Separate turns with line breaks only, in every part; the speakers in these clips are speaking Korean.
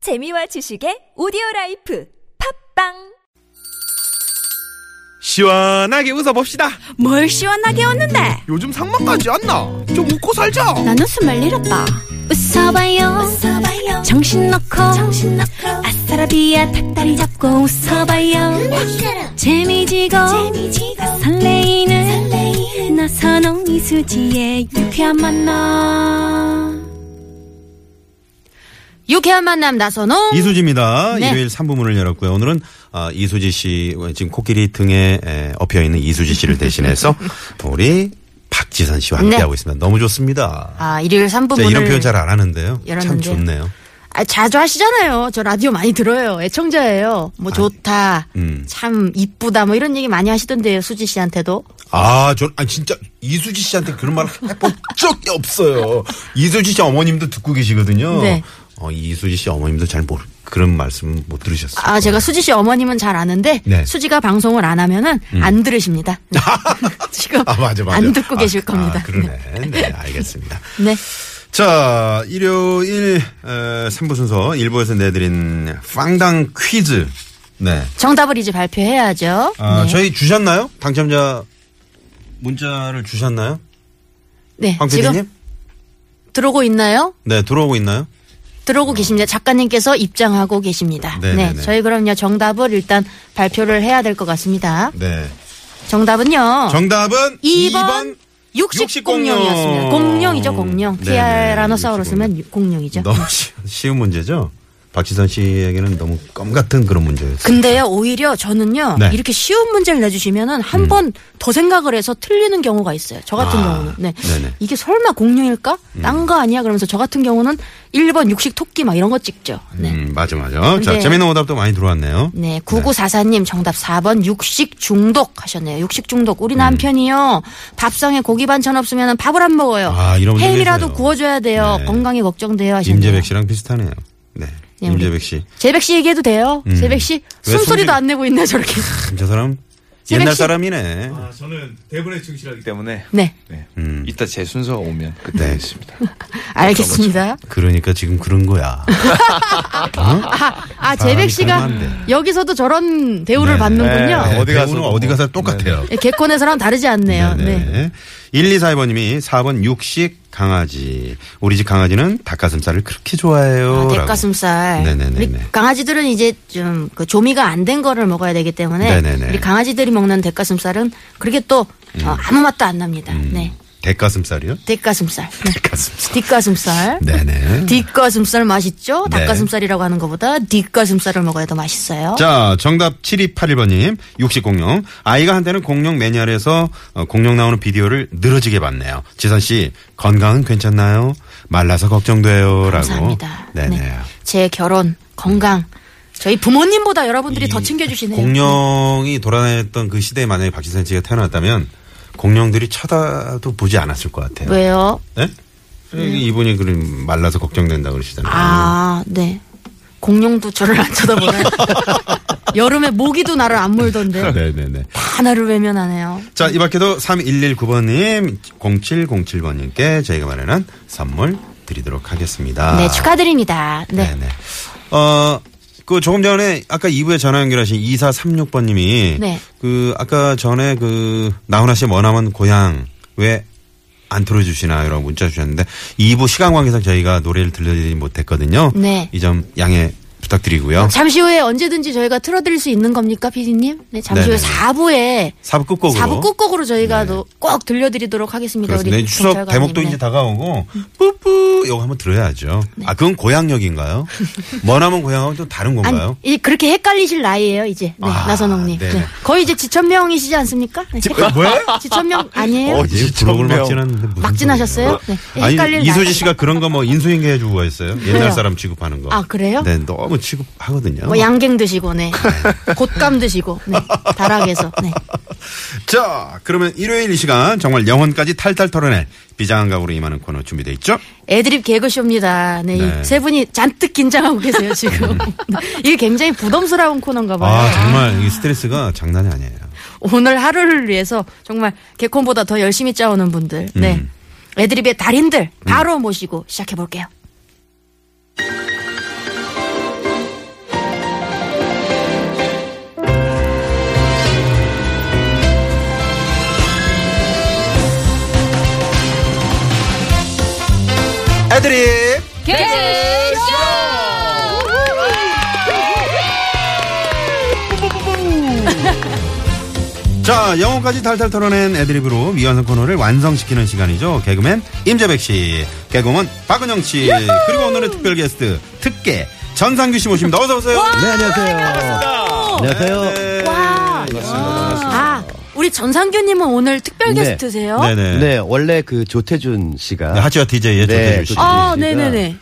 재미와 지식의 오디오 라이프 팝빵
시원하게 웃어봅시다.
뭘 시원하게 웃는데?
요즘 상만까지 안 나. 좀 웃고 살자.
난 웃음을 잃었다. 웃어봐요. 정신 놓고. 아싸라비아 닭다리 잡고 웃어봐요. 재미지고. 설레이는. 나선홍 이수지의 유쾌한 만남.
유쾌한 만남 나선홍.
이수지입니다.
네.
일요일 3부문을 열었고요. 오늘은 아, 이수지 씨 지금 코끼리 등에 에, 엎여 있는 이수지 씨를 대신해서 우리 박지선 씨와
네.
함께하고 있습니다. 너무 좋습니다.
아 일요일
제가
3부 문을
네, 이런 표현 잘 안 하는데요. 참
열었는데요.
좋네요.
아, 자주 하시잖아요. 저 라디오 많이 들어요. 애청자예요. 뭐 좋다,
아, 음.
참 이쁘다, 뭐 이런 얘기 많이 하시던데요. 수지 씨한테도.
아, 전, 아 진짜 이수지 씨한테 그런 말 해본 적이 없어요. 이수지 씨 어머님도 듣고 계시거든요.
네.
어, 이수지 씨 어머님도 잘 모르, 그런 말씀 못 들으셨어요.
아 제가 수지 씨 어머님은 잘 아는데
네. 음.
수지가 방송을 안 하면은 안 들으십니다. 네. 지금
아, 맞아, 맞아.
안 듣고
아,
계실
아,
겁니다.
그러네. 네, 알겠습니다.
네.
자, 일요일 에, 3부 순서 일부에서 내드린 빵당 퀴즈. 네.
정답을 이제 발표해야죠.
아,
네.
저희 주셨나요? 당첨자 문자를 주셨나요?
네,
황
지금
PD님?
들어오고 있나요?
네, 들어오고 있나요?
들어오고 계십니다. 작가님께서 입장하고 계십니다.
네, 네,
네,
네.
저희 그럼요 정답을 일단 발표를 해야 될 것 같습니다.
네.
정답은요.
정답은
2번
육식
육식
공룡.
공룡이었습니다. 공룡이죠, 공룡.
네네,
티아라노사우루스면 공룡이죠.
너무 쉬- 쉬운 문제죠? 박지선 씨에게는 너무 껌 같은 그런 문제였어요.
근데요, 오히려 저는요,
네.
이렇게 쉬운 문제를 내주시면은 한 번 더 생각을 해서 틀리는 경우가 있어요. 저 같은
아,
경우는. 네. 음.
네네.
이게 설마 공룡일까? 딴 거 아니야? 그러면서 저 같은 경우는 1번 육식 토끼 막 이런 거 찍죠. 네.
음, 맞아, 맞아. 자,
네.
재밌는 오답도 많이 들어왔네요.
네, 9944님 정답 4번 육식 중독 하셨네요. 육식 중독. 우리 남편이요. 밥상에 고기 반찬 없으면 밥을 안 먹어요.
아, 이런 분들
햄이라도
계세요.
구워줘야 돼요.
네.
건강이 걱정돼요 하셨네요.
임재백 씨랑 비슷하네요. 네.
네, 우리-
임재백 씨.
재백 씨 얘기해도 돼요? 재백 씨
음. 왜
숨소리도
손질-
안 내고 있네 저렇게.
참, 저 사람
새벽
옛날
시-
사람이네.
아, 저는 대본에 충실하기 때문에
네,
네.
음.
이따 제 순서가 오면 그때
네.
하겠습니다.
알겠습니다.
그러니까 지금 그런 거야.
아, 아 재백
사람이
씨가
살면 안
여기서 저런 대우를
네.
받는군요.
네. 어디 가서도
배우는
뭐.
어디 가서 똑같아요.
개콘에서랑 다르지 않네요. 네.
1242번님이 4번 육식 강아지. 우리 집 강아지는 닭가슴살을 그렇게 좋아해요.
아,
라고.
닭가슴살.
네네네네.
우리 강아지들은 이제 좀 그 조미가 안 된 거를 먹어야 되기 때문에
네네네. 음.
우리 강아지들이 먹는 닭가슴살은 그렇게 또 어, 아무 맛도 안 납니다. 네.
닭가슴살이요?
닭가슴살. 네.
닭가슴살.
뒷가슴살.
네네.
뒷가슴살 맛있죠?
네.
닭가슴살이라고 하는 것보다 뒷가슴살을 먹어야 더 맛있어요.
자, 정답 7281번님, 육식공룡. 아이가 한때는 공룡 매니아에서 어, 공룡 나오는 비디오를 늘어지게 봤네요. 지선씨, 건강은 괜찮나요? 말라서 걱정돼요.
감사합니다.
라고. 네네.
네. 제 결혼, 건강. 저희 부모님보다 여러분들이 더 챙겨주시네요.
공룡이 돌아다녔던 그 시대에 만약에 박지선 씨가 태어났다면 공룡들이 쳐다도 보지 않았을 것 같아요.
왜요?
예? 이분이 그럼 말라서 걱정된다 그러시잖아요.
아, 네. 공룡도 저를 안 쳐다보네. 여름에 모기도 나를 안 물던데.
네네네.
다 나를 외면하네요.
자, 이 밖에도 3119번님, 0707번님께 저희가 마련한 선물 드리도록 하겠습니다.
네, 축하드립니다. 네.
네네. 어, 그 조금 전에 아까 2부에 전화 연결하신 2436번님이
네.
그 아까 전에 그 나훈아 씨의 머나먼 고향 왜 안 틀어주시나요? 라고 문자 주셨는데 2부 시간 관계상 저희가 노래를 들려드리지 못했거든요.
네.
이 점 양해 부탁드리고요.
잠시 후에 언제든지 저희가 틀어드릴 수 있는 겁니까, 피디님? 네, 잠시 후에
네네.
4부에
4부 끝곡으로.
4부 끝곡으로 저희가 또꼭 들려드리도록 하겠습니다.
그렇습니다.
우리
이제 추석
경찰관님.
대목도
네.
이제 다가오고 뿌뿌 이거 한번 들어야죠. 아 그건 고향역인가요? 머나먼 고향하고 좀 다른
아니,
건가요?
이 그렇게 헷갈리실 나이에요, 이제. 네,
아,
나선홍님. 네.
네네. 어,
거의 이제 지천명이시지 않습니까? 네.
뭐야?
지천명 아니에요?
어,
예, 블록을
정명.
막 지났는데 무슨
막 지나셨어요? 네.
소리예요?
헷갈릴
아니 이수지
나이.
씨가 그런 거 뭐 인수인계 해주고 했어요. 옛날
왜요?
사람 취급하는 거.
아, 그래요?
네 너무 취급하거든요.
음.
뭐 양갱 드시고, 네. 곶감 드시고, 네. 다락에서, 네.
자 그러면 일요일 이 시간 정말 영혼까지 탈탈 털어낼 비장한 각오로 임하는 코너 준비돼 있죠?
애드립 개그쇼입니다. 네,
네.
이 세 분이 잔뜩 긴장하고 계세요,
음.
지금. 이게 굉장히 부담스러운 코너인가 봐요.
아 정말 이 스트레스가 장난이 아니에요.
오늘 하루를 위해서 정말 개콘보다 더 열심히 짜오는 분들. 네.
음.
음. 네,
애드립의 달인들 바로 모시고 시작해 볼게요.
애드립 자, 영혼까지 탈탈 털어낸 애드립으로 미완성 코너를 완성시키는 시간이죠. 개그맨 임재백 씨, 개그맨 박은영 씨, 그리고 오늘의 특별 게스트 특계 전상규 씨 모십니다. 어서 오세요.
네, 안녕하세요. 안녕하세요.
아, 네.
와. 아, 우리 전상규님은 오늘 특별
네.
게스트세요?
네네.
네, 원래 그 조태준
네,
씨가
하지와 DJ의
네,
조태준 씨.
또-
아,
씨가-
네네네.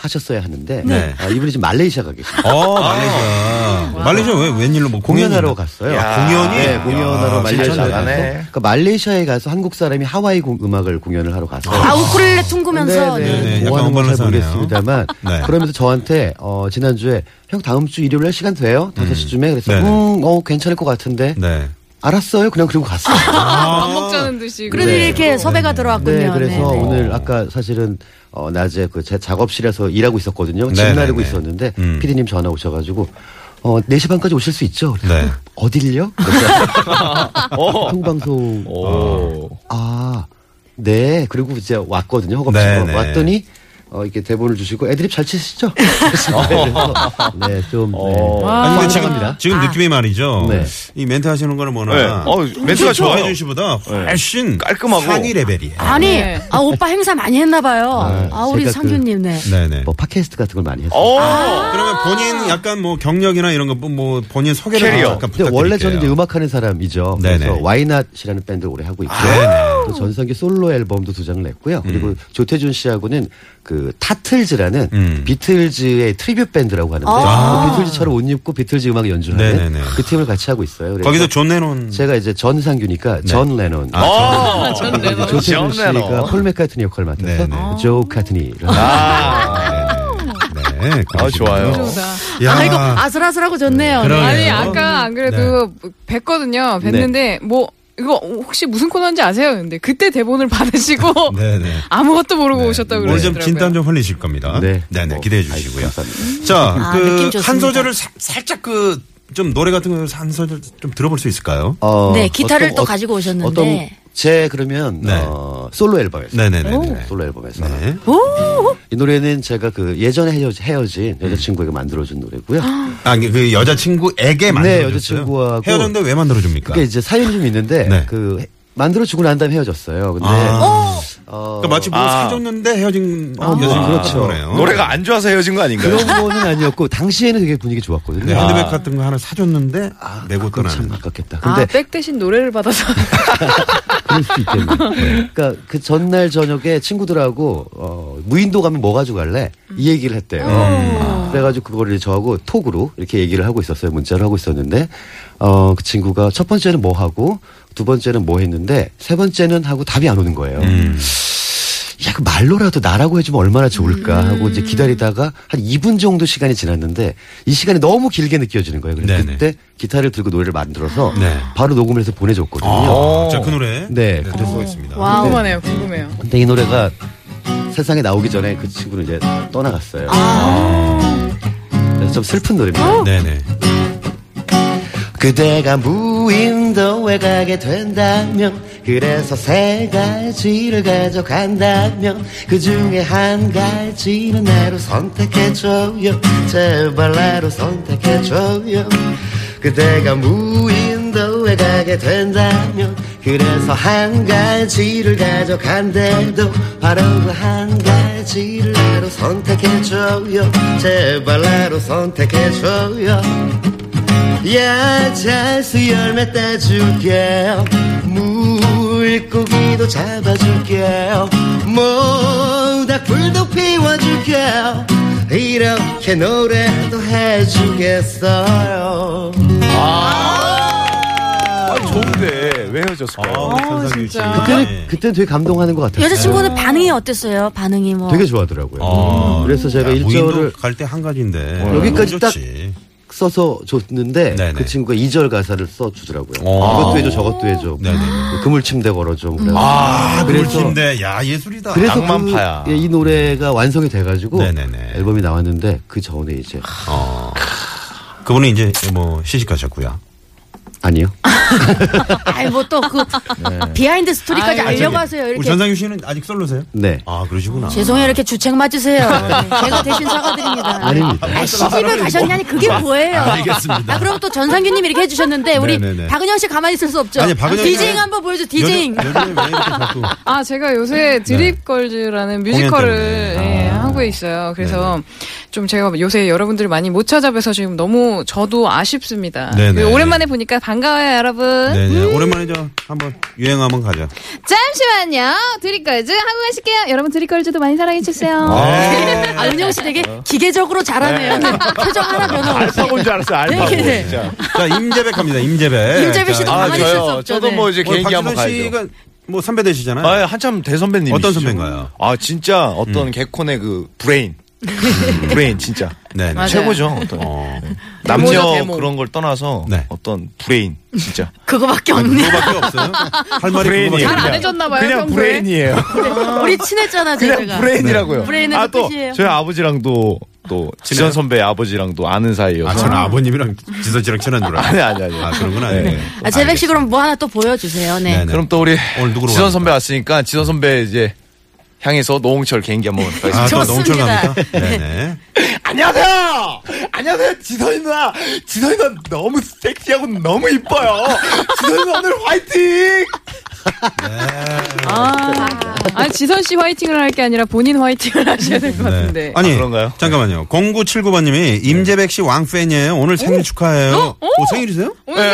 하셨어야 하는데
네.
아, 이분이 지금 말레이시아 가 계십니다.
어, 말레이시아. 말레이시아 왜 웬일로 뭐
공연하러
공연이-
갔어요.
야, 공연이?
네, 공연하러
야,
말레이시아
진짜
가서
잘하네.
그러니까 말레이시아에 가서 한국 사람이 하와이 공- 음악을 공연을 하러 가서
아, 우쿨렐레 퉁구면서.
네, 네.
네네
약간
뭐 하는 건잘
음반회사네요.
모르겠습니다만
네.
그러면서 저한테 어, 지난주에 형 다음 주 일요일 날 시간 돼요? 5시쯤에 그래서
네네.
음, 어, 괜찮을 것 같은데
네.
알았어요. 그냥 그러고 갔어요.
밥 먹자는 듯이.
그래도
네.
이렇게 섭외가 들어왔군요.
네, 그래서
네, 네.
오늘 아까 사실은 어, 낮에 그 제 작업실에서 일하고 있었거든요.
네,
집 나르고
네, 네.
있었는데
음.
피디님 전화 오셔가지고 어, 4시 반까지 오실 수 있죠? 그래서
네. 어.
어딜요? 한국방송. 아, 네. 그리고 이제 왔거든요. 허겁지겁
네, 네.
왔더니 어, 이렇게 대본을 주시고 애드립 잘 치시죠? 그래서 네, 좀. 네.
아니, 근데 지금,
환장합니다.
지금 느낌이 말이죠.
네.
이 멘트 하시는 거는 뭐나.
네. 어, 멘트가 좋아요. 네.
혜준 씨보다 훨씬
깔끔하고.
상위 레벨이에요.
아니,
네.
아, 오빠 행사 많이 했나봐요. 아,
아,
우리
제가
상규님, 네.
네네.
뭐 팟캐스트 같은 걸 많이 했어요.
오.
그러면
아.
본인 약간 뭐 경력이나 이런 거 뭐 본인 소개를
캐리어.
약간
근데
부탁드릴게요.
원래 저는 이제 음악하는 사람이죠. 그래서
네네. 아.
와이낫이라는 밴드를 오래 하고 있고
네네.
또 전성기 솔로 앨범도 두 장을 냈고요. 그리고 조태준 씨하고는 그 타틀즈라는
음.
비틀즈의 트리뷰 밴드라고 하는데
아.
그 비틀즈처럼 옷 입고 비틀즈 음악 연주하는
네네네.
그 팀을 같이 하고 있어요. 그래서
거기서 존 레논
네. 제가 이제 전상규니까 전 레논.
아,
어.
그리고 이제 조태준
전 레논.
씨가 폴 메카트니 역할을 맡아서
네네. 아.
조 카트니라는
네네. 네,
아, 좋아요.
좋다.
야.
아, 이거 아슬아슬하고 좋네요.
그러네요. 네.
아니 아까 안 그래도 뵀거든요. 뵀는데 뭐 이거 혹시 무슨 코너인지 아세요? 근데 그때 대본을 받으시고
네네.
아무것도 모르고
네.
오셨다고
오늘 좀
그러더라고요.
진단 좀 흘리실 겁니다.
네.
네네.
뭐,
기대해 주시고요.
감사합니다. 음.
자,
아, 느낌
그,
좋습니다.
한 소절을 사- 살짝 그, 좀 노래 같은 거한 소절 좀 들어볼 수 있을까요?
어,
네, 기타를 또
어-
가지고 오셨는데.
어떤 제 그러면
네.
어, 솔로 앨범에서
네네네네.
오. 솔로 앨범에서
네.
이 노래는 제가 그 예전에 헤어지, 헤어진 여자친구에게 만들어준 노래고요.
음. 아, 그 여자친구에게 만들어줬어요?
네, 여자친구하고-
헤어졌는데 왜 만들어줍니까?
그게 그러니까 이제 사연이 좀 있는데
네.
그 만들어주고 난 다음에 헤어졌어요. 근데
아.
어,
그러니까 마치 뭐
아.
사줬는데 헤어진
아, 뭐,
여자친구
그렇죠.
거네요.
노래가 안 좋아서 헤어진 거 아닌가요?
그런 거는 아니었고 당시에는 되게 분위기 좋았거든요.
네,
아.
핸드백 같은 거 하나 사줬는데 아, 내고
그건
떠나는.
참 아, 아깝겠다.
아,
근데
백 대신 노래를 받아서
네.
그럴 수 있겠네. 그러니까 그 전날 저녁에 친구들하고 어, 무인도 가면 뭐 가지고 갈래? 이 얘기를 했대요. 아, 그래가지고 그거를 저하고 톡으로 이렇게 얘기를 하고 있었어요. 문자를 하고 있었는데 어, 그 친구가 첫 번째는 뭐 하고 두 번째는 뭐 했는데 세 번째는 하고 답이 안 오는 거예요. 야, 그 말로라도 나라고 해주면 얼마나 좋을까 하고 이제 기다리다가 한 2분 정도 시간이 지났는데 이 시간이 너무 길게 느껴지는 거예요. 그래서
네네.
그때 기타를 들고 노래를 만들어서
네.
바로 녹음을 해서 보내줬거든요.
아, 자그 노래.
네,
네,
그래서-
듣고 있습니다.
궁금하네요. 궁금해요.
근데 이 노래가 세상에 나오기 전에 그 친구는 이제 떠나갔어요. 그래서 좀 슬픈 노래입니다.
네네.
그대가 무인도에 가게 된다면 그래서 세 가지를 가져간다면 그 중에 한 가지는 나로 선택해줘요 제발 나로 선택해줘요 그대가 무인도에 가게 된다면 그래서 한 가지를 가져간대도 바로 그 한 가지를 나로 선택해줘요 제발 나로 선택해줘요 야, 자수 열매 따줄게요. 물고기도 잡아줄게요. 모닥 불도 피워줄게요. 이렇게 노래도 해주겠어요.
아, 좋은데 왜
아,
헤어졌을까요? 아,
아,
진짜.
네.
그때는, 그때는 되게 감동하는 것 같아요.
여자친구는 반응이 어땠어요? 반응이 뭐.
되게 좋아하더라고요. 음. 그래서 제가
무인도
일절을
갈때 한 가지인데
여기까지 딱
좋지.
써서 줬는데
네네.
그 친구가 이절 가사를 써주더라고요.
어.
이것도 해줘, 저것도 해줘.
네네.
그물침대 걸어줘. 뭐 그래가지고.
아,
그래서-
그렇긴데 야 예술이다.
그래서
낭만파야.
그, 예, 이 노래가 완성이 돼가지고
음. 네네네.
앨범이 나왔는데 그 전에 이제
그분은 이제 뭐 시집가셨고요.
아 아니요.
아이 뭐 또 그 비하인드 스토리까지
아유,
알려고 하세요.
네. 우리
이렇게
전상윤 씨는 아직 솔로세요?
네.
아 그러시구나.
죄송해요 이렇게 주책 맞으세요. 네, 제가 대신 사과드립니다.
아닙니다.
아, 시집을 가셨냐니 그게 뭐예요?
아, 알겠습니다.
아 그럼 또 전상규님이 이렇게 해주셨는데 우리
네네네.
박은영 씨 가만히 있을 수 없죠.
아니, 박은영 씨는-
디징 한번 보여줘 디징.
요즘, 요즘에 왜 이렇게 자꾸
아, 제가 요새 드립걸즈라는 뮤지컬을
네. 때문에.
예,
아.
하고 있어요. 그래서 좀 제가 요새 여러분들을 많이 못 찾아뵈서 지금 너무 저도 아쉽습니다.
네네.
그 오랜만에 보니까 반가워요, 여러분.
네네 오랜만에 저 한번 유행 한번 가죠.
잠시만요. 드립걸즈 하고 가실게요. 여러분 드립걸즈도 많이
어,
사랑해주세요.
네.
아, 은영 씨 되게 기계적으로 잘하네요. 표정 하나 변함없이.
아, 알파고인 줄 알았어요. 알파고.
네.
진짜.
자 임재백 갑니다. 임재백.
임재백
자,
씨도
아,
아
가만히 있을 수
저요.
없죠.
저도
네.
뭐 이제
오늘
개인기 한번
박진원
가야죠.
씨가 뭐 선배 되시잖아요.
아, 한참 대선배님.
어떤 선배인가요?
아, 진짜 어떤 개콘의 그 브레인. 브레인, 진짜.
네. 네.
맞아요.
최고죠. 어떤 네.
어.
남녀
데모죠, 데모.
그런 걸 떠나서
네.
어떤 브레인, 진짜.
그거밖에 없네.
그거밖에 없어요. 할 말이 그거밖에
브레인이에요.
잘 안
그냥-
해줬나봐요.
그냥
평소에.
브레인이에요.
우리 친했잖아
그냥
제가.
브레인이라고요.
브레인은
아, 또
뜻이에요.
저희 아버지랑도 또 지전 선배 아버지랑도 아는 사이여서.
아, 저는 아버님이랑 지선 씨랑 친한 줄 알아요.
아니, 아니, 아니.
아, 그런구나.
네.
네.
아 재백 씨 그럼 뭐 하나 또 보여주세요. 네.
네네.
그럼 또 우리
오늘 누구로
지선
갑니까?
선배 왔으니까 지선 선배 이제 향해서 노홍철 개인기 한번 가겠습니다.
아, 또 농철
좋습니다.
갑니까? 네네.
안녕하세요. 안녕하세요. 지선이 누나. 지선이 누나 너무 섹시하고 너무 이뻐요. 지선이 누나 오늘 화이팅.
아, 아니, 지선 씨 화이팅을 할 게 아니라 본인 화이팅을 하셔야 될 것
네.
같은데.
아니,
아, 그런가요?
잠깐만요. 0979번님이 임재백 씨 왕팬이에요. 오늘 생일 축하해요. 오, 생일이세요?
오늘
네,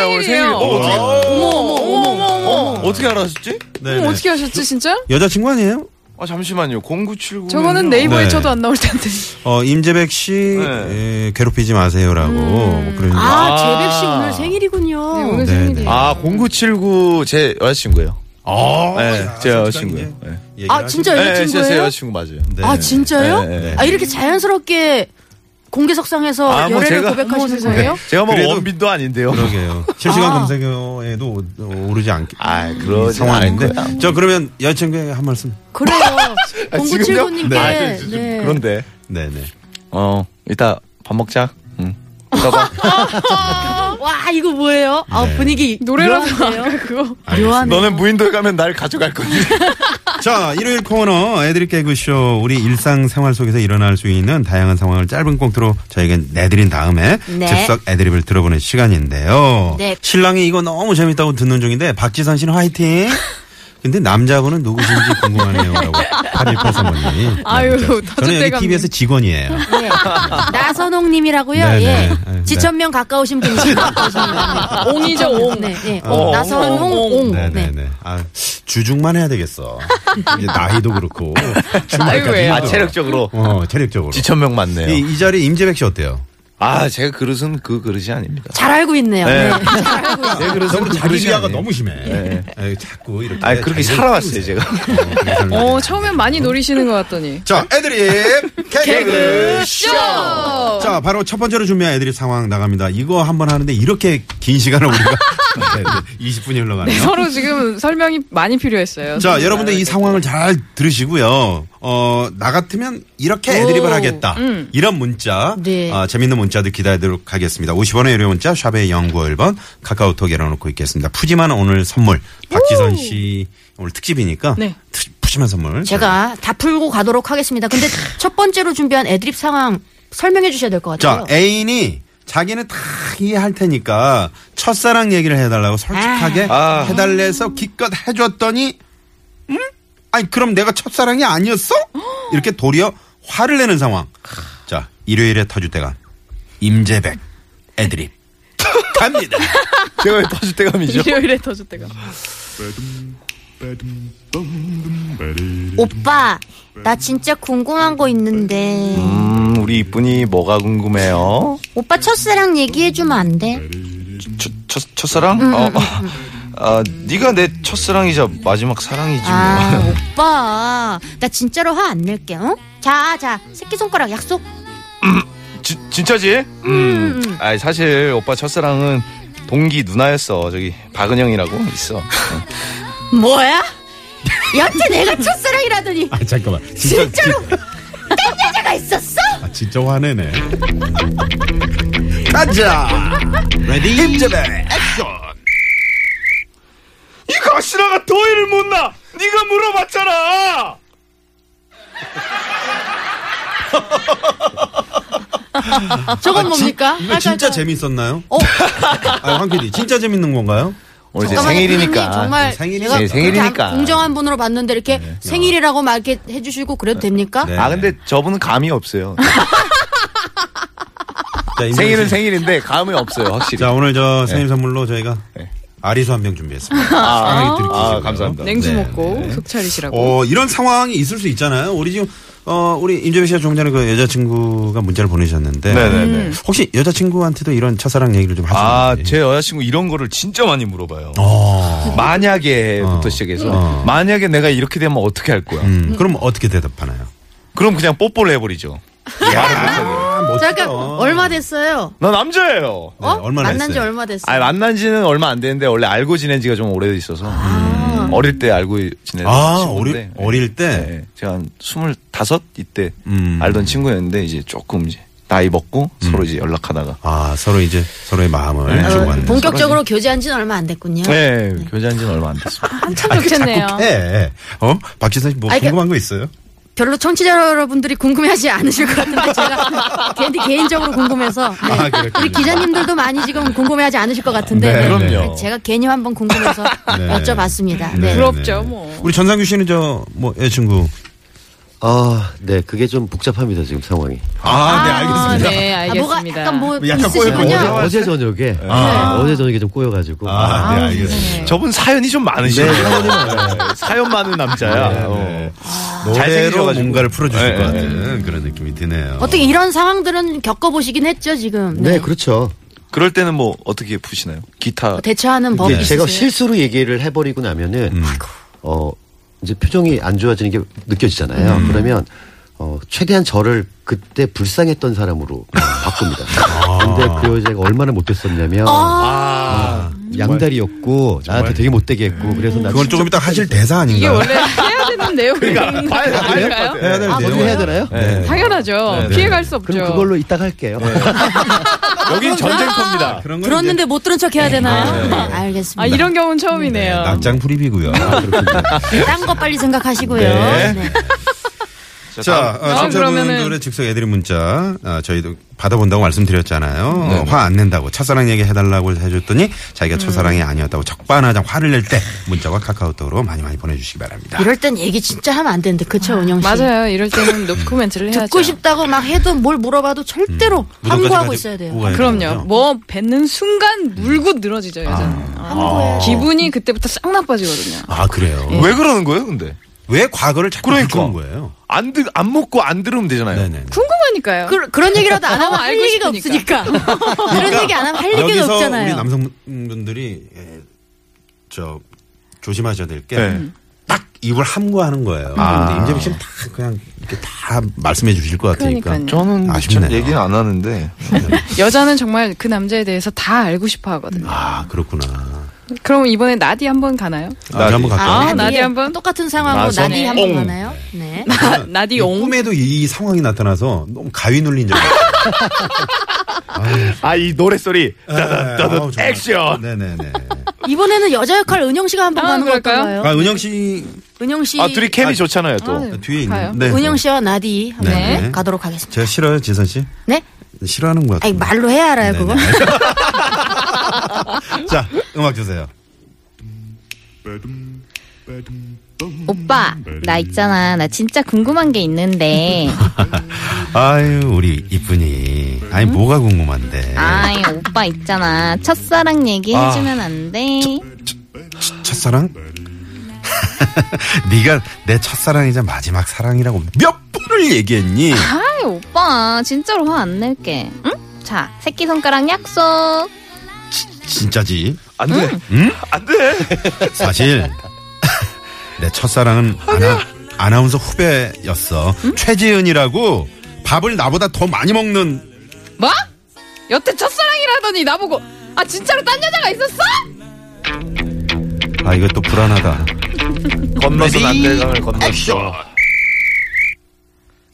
오늘 생일.
생일이에요.
어, 어떻게-
어머, 어머, 어머, 어머, 어머.
어떻게 알았었지?
네.
어머, 어떻게 하셨지, 진짜?
여자친구 아니에요?
아 잠시만요. 0979.
저거는 네이버에
네.
쳐도 안 나올 텐데.
어, 임재백 씨
네.
예, 괴롭히지 마세요라고 뭐 그런.
아
아.
재백 씨 오늘 생일이군요.
네,
네,
오늘 생일이에요.
아 0979 제 여자친구예요.
어,
네, 제 여자친구예요. 네.
아 진짜
네, 제, 제
여자친구예요?
여자친구 맞아요.
아 진짜요?
네, 네, 네.
아 이렇게 자연스럽게 공개석상에서
아, 뭐
열애를
제가-
어머,
고백하시는
세상에.
거예요?
제가 뭐
그래도-
원빈도 아닌데요.
그러게요. 실시간 검색어에도 오- 오르지 않
아 그러지
상황인데.
않을 거야.
저 그러면 여자친구에게 한 말씀.
그래요.
아, 지금요? 네. 아, 네,
공구칠구님께
좀
네.
그런데
네네.
어 이따 밥 먹자. 응. 이따 봐.
와 이거 뭐예요? 아
네.
분위기
노래라도 아까
묘한데요?
그거.
묘하네요.
너는 무인도에 가면 날 가져갈 건데.
자, 일요일 코너 애드립 개그쇼 우리 일상생활 속에서 일어날 수 있는 다양한 상황을 짧은 꽁트로 저에게 내드린 다음에
네.
즉석 애드립을 들어보는 시간인데요.
네.
신랑이 이거 너무 재밌다고 듣는 중인데 박지선 씨는 화이팅. 근데 남자분은 누구신지 궁금하네요라고 8183번님.
아유,
네.
음,
저는 여기
터줏대감님.
TBS 직원이에요.
네. 나선홍님이라고요.
네, 네.
예.
네.
지천명 가까우신 분이신 것 같습니다.
옹이죠, 옹.
네, 예.
어,
나선홍
옹,
옹. 네.
네네네. 아, 주중만 해야 되겠어. 이제 나이도 그렇고
아유,
주말까지
왜요?
아
힘들어.
체력적으로
어 체력적으로.
지천명 맞네요.
이, 이 자리 임재백 씨 어때요?
아 제가 그릇은 그 그릇이 아닙니다.
잘 알고 있네요. 네.
네.
잘 알고 있어요.
제 그릇은
너무
그
자기
그릇이
비하가
아니에요.
너무 심해. 아유, 자꾸 이렇게.
네. 아 그렇게
네, 자기를
살아왔어요
키우세요.
제가.
어, 그렇게 살아왔네.
어, 처음엔 많이 노리시는 것 같더니.
자, 애드립 개그 쇼.
쇼!
자, 바로 첫 번째로 준비한 애드립 상황 나갑니다. 이거 한 번 하는데 이렇게 긴 시간을 우리가 네, 20분이 흘러가네요.
서로 지금 설명이 많이 필요했어요.
자,
네,
여러분들 이 상황을 잘 들으시고요. 어, 나 같으면 이렇게 애드립을
오, 음.
하겠다. 이런 문자.
네.
아, 재밌는 문자들 기다리도록 하겠습니다. 50원의 유료 문자, 샵의 0951번, 카카오톡 열어놓고 있겠습니다. 푸짐한 오늘 선물. 박지선 씨 오늘 특집이니까.
네.
푸- 푸짐한 선물. 네.
제가 다 풀고 가도록 하겠습니다. 근데 첫 번째로 준비한 애드립 상황 설명해 주셔야 될 것
자,
같아요.
애인이 자기는 다 이해할 테니까 첫사랑 얘기를 해달라고 솔직하게
아.
해달래서 기껏 해줬더니, 응? 아니, 그럼 내가 첫사랑이 아니었어? 이렇게 도리어 화를 내는 상황. 자, 일요일에 터줄 때가 임재백, 애드립. 갑니다.
제가 왜 터줏대감이죠?
일요일에 터질 때가.
네.
오빠, 나 진짜 궁금한 거 있는데.
음 우리 이쁜이 뭐가 궁금해요?
오빠 첫사랑 얘기해 주면 안 돼?
첫, 첫 첫사랑?
음,
어, 아 네가 내 첫사랑이자 마지막 사랑이지
아,
뭐.
오빠. 나 진짜로 화 안 낼게, 어? 자, 자. 새끼손가락 약속.
지, 진짜지? 음. 아 사실 오빠 첫사랑은 동기 누나였어. 저기 박은영이라고 있어.
뭐야? 여태 내가 첫사랑이라더니
아, 잠깐만. 진짜,
진짜로 딴 여자가 있었어?
아, 진짜 화내네. 가자! 레디, 임재백, 액션!
혼나? 네가 물어봤잖아.
저건 어. 뭡니까? 아,
이거 아, 진짜 재밌었나요? 아, 황 PD, 진짜 재밌는 건가요?
오늘 제
잠깐만요,
생일이니까.
PD님, 정말
생일이니까. 제
제가
생일이니까.
그냥 공정한 분으로 봤는데 이렇게 생일이라고 막 이렇게 해주시고 그래도 됩니까?
네.
아 근데 저분은 감이 없어요.
자, 임종신
생일은
씨.
생일인데 감이 없어요 확실히.
자, 오늘 저 생일 선물로 저희가
네.
아리수 한 병 준비했습니다.
아,
사랑해 드릴게요.
아, 감사합니다.
냉수
네,
먹고
네.
속 차리시라고.
어, 이런 상황이 있을 수 있잖아요. 우리 지금, 어, 우리 임재배 씨가 종전에 그 여자친구가 문자를 보내셨는데.
음.
네네네.
혹시 여자친구한테도 이런 첫사랑 얘기를 좀
아,
하시는지.
제 여자친구 이런 거를 진짜 많이 물어봐요.
어.
만약에부터
어.
시작해서
어.
만약에 내가 이렇게 되면 어떻게 할 거야?
음, 그럼 어떻게 대답하나요?
그럼 그냥 뽀뽀를 해버리죠.
아, 멋지다.
잠깐 그러니까 얼마 됐어요?
나 남자예요.
네,
어?
얼마나
만난 지
됐어요?
얼마 됐어요?
아 만난 지는 얼마 안 됐는데 원래 알고 지낸 지가 좀 오래 있어서 음. 어릴 때 알고 지낸
아,
친구인데
어릴, 어릴 때?
네, 제가 한 스물다섯 이때
음.
알던 친구였는데 이제 조금 이제 나이 먹고 서로 이제 연락하다가
아, 서로 이제 서로의 마음을
어,
주고받는.
본격적으로 교제한 지는 얼마 안 됐군요.
네, 교제한 지는 얼마 안
아,
됐습니다.
한참 좋겠네요.
자꾸 해. 어? 박지선 씨뭐
아니, 그-
궁금한 거 있어요?
별로 청취자 여러분들이 궁금해하지 않으실 것 같은데 제가 괜히 개인적으로 궁금해서 네.
아, 그렇군요.
우리 기자님들도 많이 지금 궁금해하지 않으실 것 같은데
네,
그럼요.
제가 괜히 한번 궁금해서 여쭤봤습니다. 네.
부럽죠, 뭐.
우리 전상규 씨는 저, 뭐, 여자친구.
아, 네, 그게 좀 복잡합니다 지금 상황이.
아, 네,
아, 네,
아, 뭐가
알겠습니다.
약간 뭐
약간
어제,
꼬여요.
있으시군요.
네, 어제 저녁에 네, 어제 저녁에 좀 꼬여가지고
아, 네, 알겠습니다.
저분 사연이 좀 많으시네요. 사연 많은 남자야.
네,
어.
노래로
잘생기셔가지고.
뭔가를 풀어주실
네,
것 같은 그런 느낌이 드네요.
어떻게 이런 상황들은 겪어보시긴 했죠 지금. 뭐
네, 그렇죠.
그럴 때는 뭐 어떻게 푸시나요? 기타
대처하는 법이
네.
이게 네, 제가
있으세요?
실수로 얘기를 해버리고 나면은
음.
어 이제 표정이 안 좋아지는 게 느껴지잖아요.
음.
그러면 어 최대한 저를 그때 불쌍했던 사람으로 바꿉니다.
아.
근데 그 여자가 얼마나 못됐었냐면
아.
양다리였고 나한테 되게 못되게 했고 그래서 나
그건 조금 이따 하실 대사
이게
아닌가요?
원래 해야 되는 내용인가요?
그러니까 아, 해야 네, 될
아, 먼저
내용.
해야 되나요?
네. 당연하죠. 피해갈 수 없죠.
그럼 그걸로 이따 할게요.
네. 아.
여긴 전쟁터입니다.
그런 건 이제
들었는데 못 들은 척 해야 되나요? 네, 알겠습니다.
아, 이런 경우는 처음이네요.
아.
낙장 프리비고요.
그렇죠.
딴 거 빨리 생각하시고요.
네.
네.
아,
자, 어,
다음
청자분들의
그러면은-
즉석 애드립 문자 아, 저희도 받아본다고 말씀드렸잖아요. 어,
네,
화 안 낸다고 첫사랑 얘기 해달라고 해줬더니 자기가 첫사랑이 아니었다고 적반하장 화를 낼 때 문자와 카카오톡으로 많이 많이 보내주시기 바랍니다.
이럴 땐 얘기 진짜 하면 안 되는데 그쵸 은영 씨?
맞아요. 이럴 때는 노코멘트를 해야죠.
듣고 싶다고 막 해도 뭘 물어봐도 절대로
무덤까지
함구하고
가지-
있어야 돼요.
오가야
그럼요.
되거든요.
뭐 뱉는 순간 물고 늘어지죠, 여자는.
함구해요.
기분이 그때부터 싹 나빠지거든요.
아 그래요.
왜 그러는 거예요, 근데?
왜 과거를 자꾸
그러니까.
는 거예요?
안, 드, 안 먹고 안 들으면 되잖아요.
네네.
궁금하니까.
그, 그런 얘기라도 안 하면
어,
할
알고
얘기가
싶으니까.
없으니까. 그런 얘기 안 하면 할 얘기가
여기서
없잖아요.
우리 남성분들이 예, 저 조심하셔야 될 게 딱
네.
입을 함구하는 거예요.
아.
근데 임재민 씨는 다 그냥 이렇게 다 말씀해 주실 것 같으니까.
그러니까요.
저는
아쉽네요.
참 얘기는 안 하는데.
여자는 정말 그 남자에 대해서 다 알고 싶어 하거든요.
아 그렇구나.
그럼 이번에 나디 한번 가나요?
나 한번 갈게요.
아,
나디에
나디 한번?
똑같은 상황으로
나선
나디 한번
옹.
가나요? 네.
나디
이
옹.
꿈에도 이 상황이 나타나서 너무 가위 눌린 적. 있어요.
아, 이 노래소리.
네, 아우, 정말.
액션.
네네네.
이번에는 여자 역할 은영 씨가 한번
아,
가는 거
그럴까요?
어떨까요?
아 은영 씨
은영 씨,
아, 둘이 케미 좋잖아요, 또.
아유,
뒤에
가요.
있는. 네.
은영 씨와 나디 한번
네.
가도록 하겠습니다.
제가 싫어요 지선 씨.
네?
싫어하는 것 같아요.
아니 말로 해야 알아요
네네.
그거.
자 음악 주세요.
오빠, 나 있잖아. 나 진짜 궁금한 게 있는데.
아유 우리 이쁜이. 아니 뭐가 궁금한데.
아이, 오빠 있잖아. 첫사랑 얘기 해주면 안 돼.
첫사랑? 네가 내 첫사랑이자 마지막 사랑이라고 몇 번을 얘기했니?
아이, 오빠. 진짜로 화 안 낼게. 응? 자, 새끼손가락 약속.
진짜지?
안 돼. 안 돼.
사실 내 첫사랑은 아나, 아나운서 후배였어. 최지은이라고 밥을 나보다 더 많이 먹는
뭐? 여태 첫사랑이라더니 나보고 아 진짜로 딴 여자가 있었어?
아 이거 또 불안하다.
건너서 난될 강을 건넜어.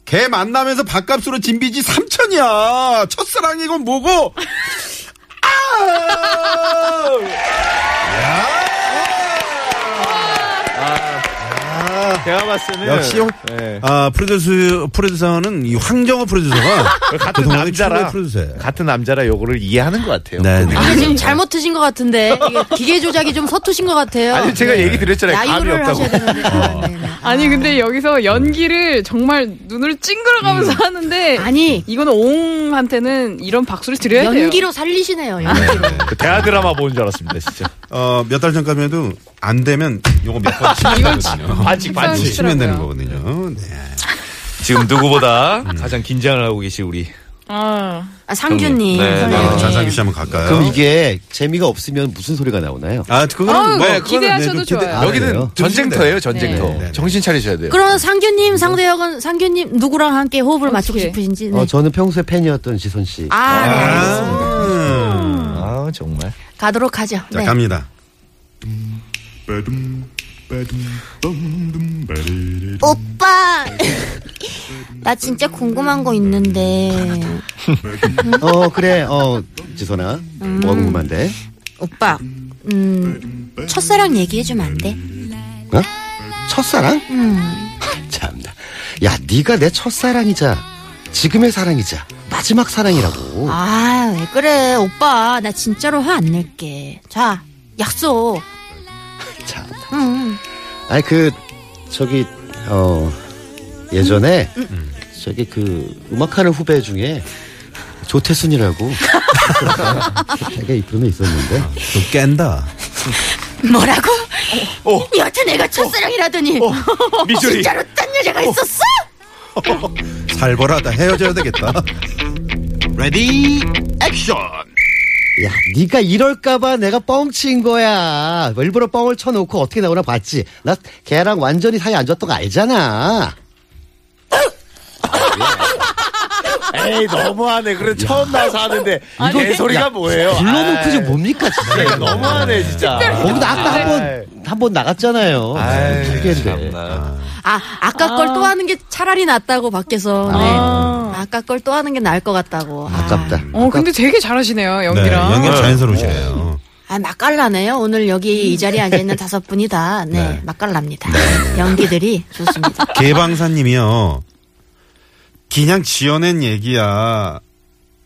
걔 만나면서 밥값으로 진비지 삼천이야. 첫사랑이고 뭐고. 아! 야!
제가 봤을 때는
역시 형-
예.
아 프로듀스 프로듀서는 이 황정호 프로듀서가
같은
그동안의 최고의
남자라
프로듀서예요.
같은 남자라 요거를 이해하는 것 같아요.
네, 네.
아, 지금 잘못 드신 것 같은데 이게 기계 조작이 좀 서투신 것 같아요.
아니 제가 얘기 드렸잖아요. 감이
라이브를
없다고.
하셔야 되는데. 아, 네네.
아니 근데 여기서 연기를 정말 눈을 찡그려가면서
음.
하는데
아니
이거는 옹한테는 이런 박수를 드려야 돼요.
연기로 살리시네요. 연기로.
그 대하 드라마 보는 줄 알았습니다, 진짜.
어, 몇 달 전까지 해도 안 되면 요거 몇번 치면 되거든요.
반칙
반칙.
반칙.
치면 되는 거거든요. 네.
지금 누구보다 가장 긴장을 하고 계신 우리
아.
아, 상규님.
네, 네.
어,
설레네.
전상규 씨 한번 갈까요?
그럼 이게 재미가 없으면 무슨 소리가 나오나요?
아, 그거는
아유,
뭐,
그거 기대하셔도
네, 좀 기대-
좋아요.
아,
여기는
그래요?
전쟁터예요, 전쟁터.
네, 네.
정신 차리셔야 돼요.
그러면 상규님 상대역은 상규님 누구랑 함께 호흡을 맞추고
어떻게?
싶으신지. 네.
어, 저는 평소에 팬이었던 지선 씨.
아, 네, 알겠습니다.
아,
아, 정말.
가도록 하죠.
자,
네.
갑니다.
오빠, 나 진짜 궁금한 거 있는데.
어, 그래. 어, 지선아. 뭐가 궁금한데?
오빠, 음, 첫사랑 얘기해주면 안 돼?
어? 첫사랑? 참나. 야, 네가 내 첫사랑이자 지금의 사랑이자 마지막 사랑이라고.
아, 왜 그래. 오빠, 나 진짜로 화 안 낼게. 자, 약속.
참.
응.
아니 그 저기 어 예전에 저기 그 음악하는 후배 중에 조태순이라고 되게 이쁜 애 있었는데
또 깬다.
뭐라고? 여태 내가 첫사랑이라더니,
미조리.
진짜로 딴 여자가 있었어?
살벌하다. 헤어져야 되겠다. 레디, 액션!
야 네가 이럴까봐 내가 뻥친 거야 일부러 뻥을 쳐놓고 어떻게 나오나 봤지 나 걔랑 완전히 사이 안 좋았던 거 알잖아
에이, 너무하네. 그래, 처음 나와서 하는데.
아니,
이게 소리가
야,
뭐예요?
불러놓고
아이,
지금 뭡니까
내가
진짜
너무하네, 진짜.
거기도 아까
아이.
한번 한 번 나갔잖아요
아이,
두개인데
참나.
아, 아까 걸 또 하는 게 차라리 낫다고, 밖에서. 네.
아.
아까 걸 또 하는 게 나을 것 같다고. 아.
아깝다
어 근데 되게 잘하시네요
네,
연기랑.
연기 자연스러우시네요.
아, 맛깔나네요. 오늘 여기 이 자리에 앉아있는 다섯 분이 다, 네, 맛깔납니다. 연기들이 좋습니다.
개방사님이요. 그냥 지어낸 얘기야.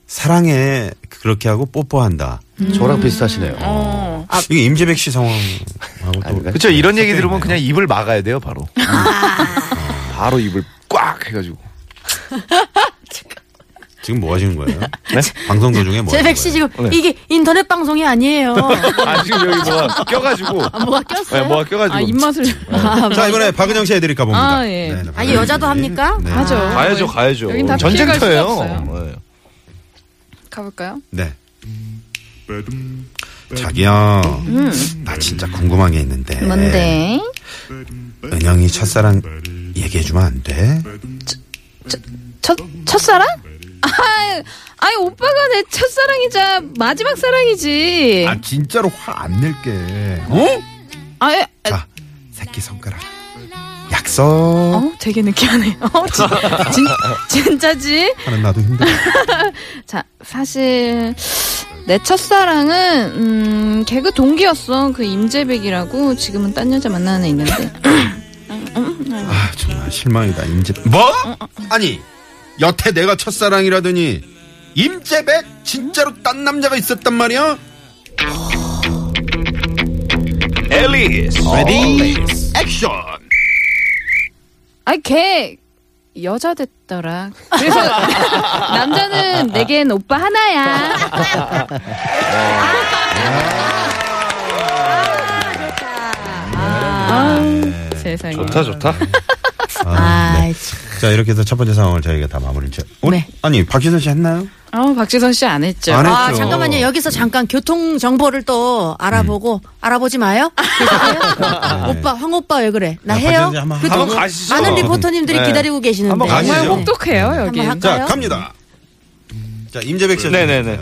사랑해. 그렇게 하고 뽀뽀한다.
저랑 비슷하시네요
어.
이게 임재백 씨 상황하고 또.
아닌가요?
그쵸, 이런 얘기 들으면 그냥 입을 네. 막아야 돼요, 바로. 아, 바로 입을 꽉 해가지고.
지금 뭐 하시는 거예요? 방송 도중에 뭐 하시는
네? 제백 씨
거예요?
지금 이게 인터넷 방송이 아니에요.
아, 지금 여기 뭐가 껴가지고.
뭐가 꼈어요?
네, 뭐가 껴가지고.
아 입맛을
어. 자, 이번에 박은영 씨 해드릴까 봅니다.
아, 예.
네,
아니, 여자도 합니까?
네.
하죠.
가야죠, 가야죠.
여긴 다 피해갈 수가
전쟁터예요.
없어요.
예.
가볼까요?
네. 자기야,
음.
나 진짜 궁금한 게 있는데.
뭔데?
은영이 첫사랑 얘기해주면 안 돼?
네.
첫 첫사랑? 아, 아니 오빠가 내 첫사랑이자 마지막 사랑이지.
아. 진짜로 화 안 낼게. 어?
아, 예.
자, 새끼 손가락. 약속.
어 되게 느끼하네. 어, 진, 진, 진짜지?
하는 나도 힘들어.
자, 사실 내 첫사랑은 음, 개그 동기였어. 그 임재백이라고 지금은 딴 여자 만나는 애 있는데.
아, 정말 실망이다. 임재. 뭐? 아니, 여태 내가 첫사랑이라더니 임재백 진짜로 딴 남자가 있었단 말이야?
앨리스.
레디 액션.
아니 걔 여자 됐더라. 그래서 남자는 내겐 오빠
아,
하나야. 아,
세상에.
좋다, 좋다.
네.
아, 참.
자, 이렇게 해서 첫 번째 상황을 저희가 다 마무리를 쳐. 어?
네.
아니, 박지선 씨 했나요?
아 박지선 씨 안 했죠.
안
아,
했죠.
잠깐만요. 여기서 잠깐 교통 정보를 또 알아보고, 알아보지 마요. 그래요? 오빠, 황 오빠 왜 그래? 나
아,
해요?
박지선 씨 한번
그
하고
너무
가시죠. 어. 네.
많은 리포터님들이 기다리고 계시는데.
한번 가시죠.
정말
아니죠.
혹독해요 여기.
한번
자,
할까요?
갑니다. 자, 임재백 씨.
네네네.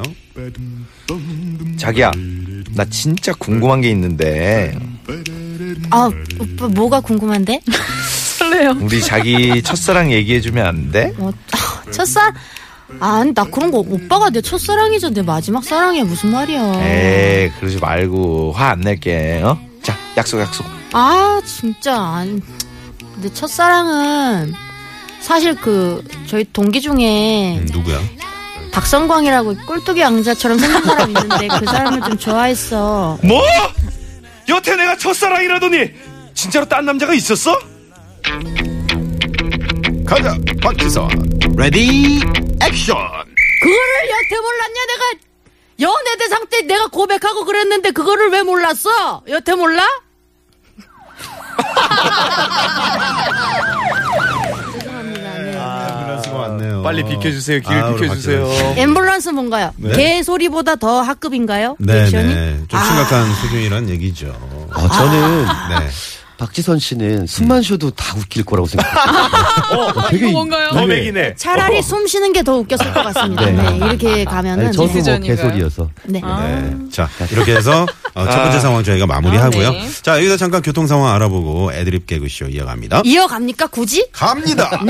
자기야,
음.
나 진짜 궁금한 게 있는데.
아, 오빠 뭐가 궁금한데?
설레요.
우리 자기 첫사랑 얘기해주면 안 돼?
뭐, 첫사 아니, 나 그런 거, 오빠가 내 첫사랑이자 내 마지막 사랑이야. 무슨 말이야.
음.
네.
에이, 그러지 말고 화 안 낼게. 어? 자, 약속 약속.
아, 진짜. 아니, 근데 첫사랑은 사실 그 저희 동기 중에
음, 누구야?
박성광이라고 꼴뚜기 왕자처럼 생긴 사람 있는데 그 사람을 좀 좋아했어.
뭐? 여태 내가 첫사랑이라더니 진짜로 딴 남자가 있었어?
가자 박지선 레디 액션
그거를 여태 몰랐냐 내가 연애 대상 때 내가 고백하고 그랬는데 그거를 왜 몰랐어? 여태 몰라?
그러시고 왔네요.
빨리 비켜주세요. 길을
아, 우리
비켜주세요.
앰뷸런스 뭔가요? 개 소리보다 더 하급인가요?
네. 네네.
리액션이?
좀 심각한 수준이란 얘기죠.
어, 저는
네.
박지선 씨는 숨만 쉬어도 다 웃길 거라고 생각해요. 어, 되게
아, 이거 뭔가요?
네.
더맥이네
차라리 숨 쉬는 게 더 웃겼을 것 같습니다.
네.
네, 이렇게 가면은
아니, 저도 어. 뭐
지선이가요?
개소리여서.
네.
네. 자, 이렇게 해서 어, 첫 번째 상황 저희가 마무리하고요.
아, 네.
자, 여기서 잠깐 교통 상황 알아보고 애드립 개그쇼 이어갑니다.
이어갑니까 굳이?
갑니다.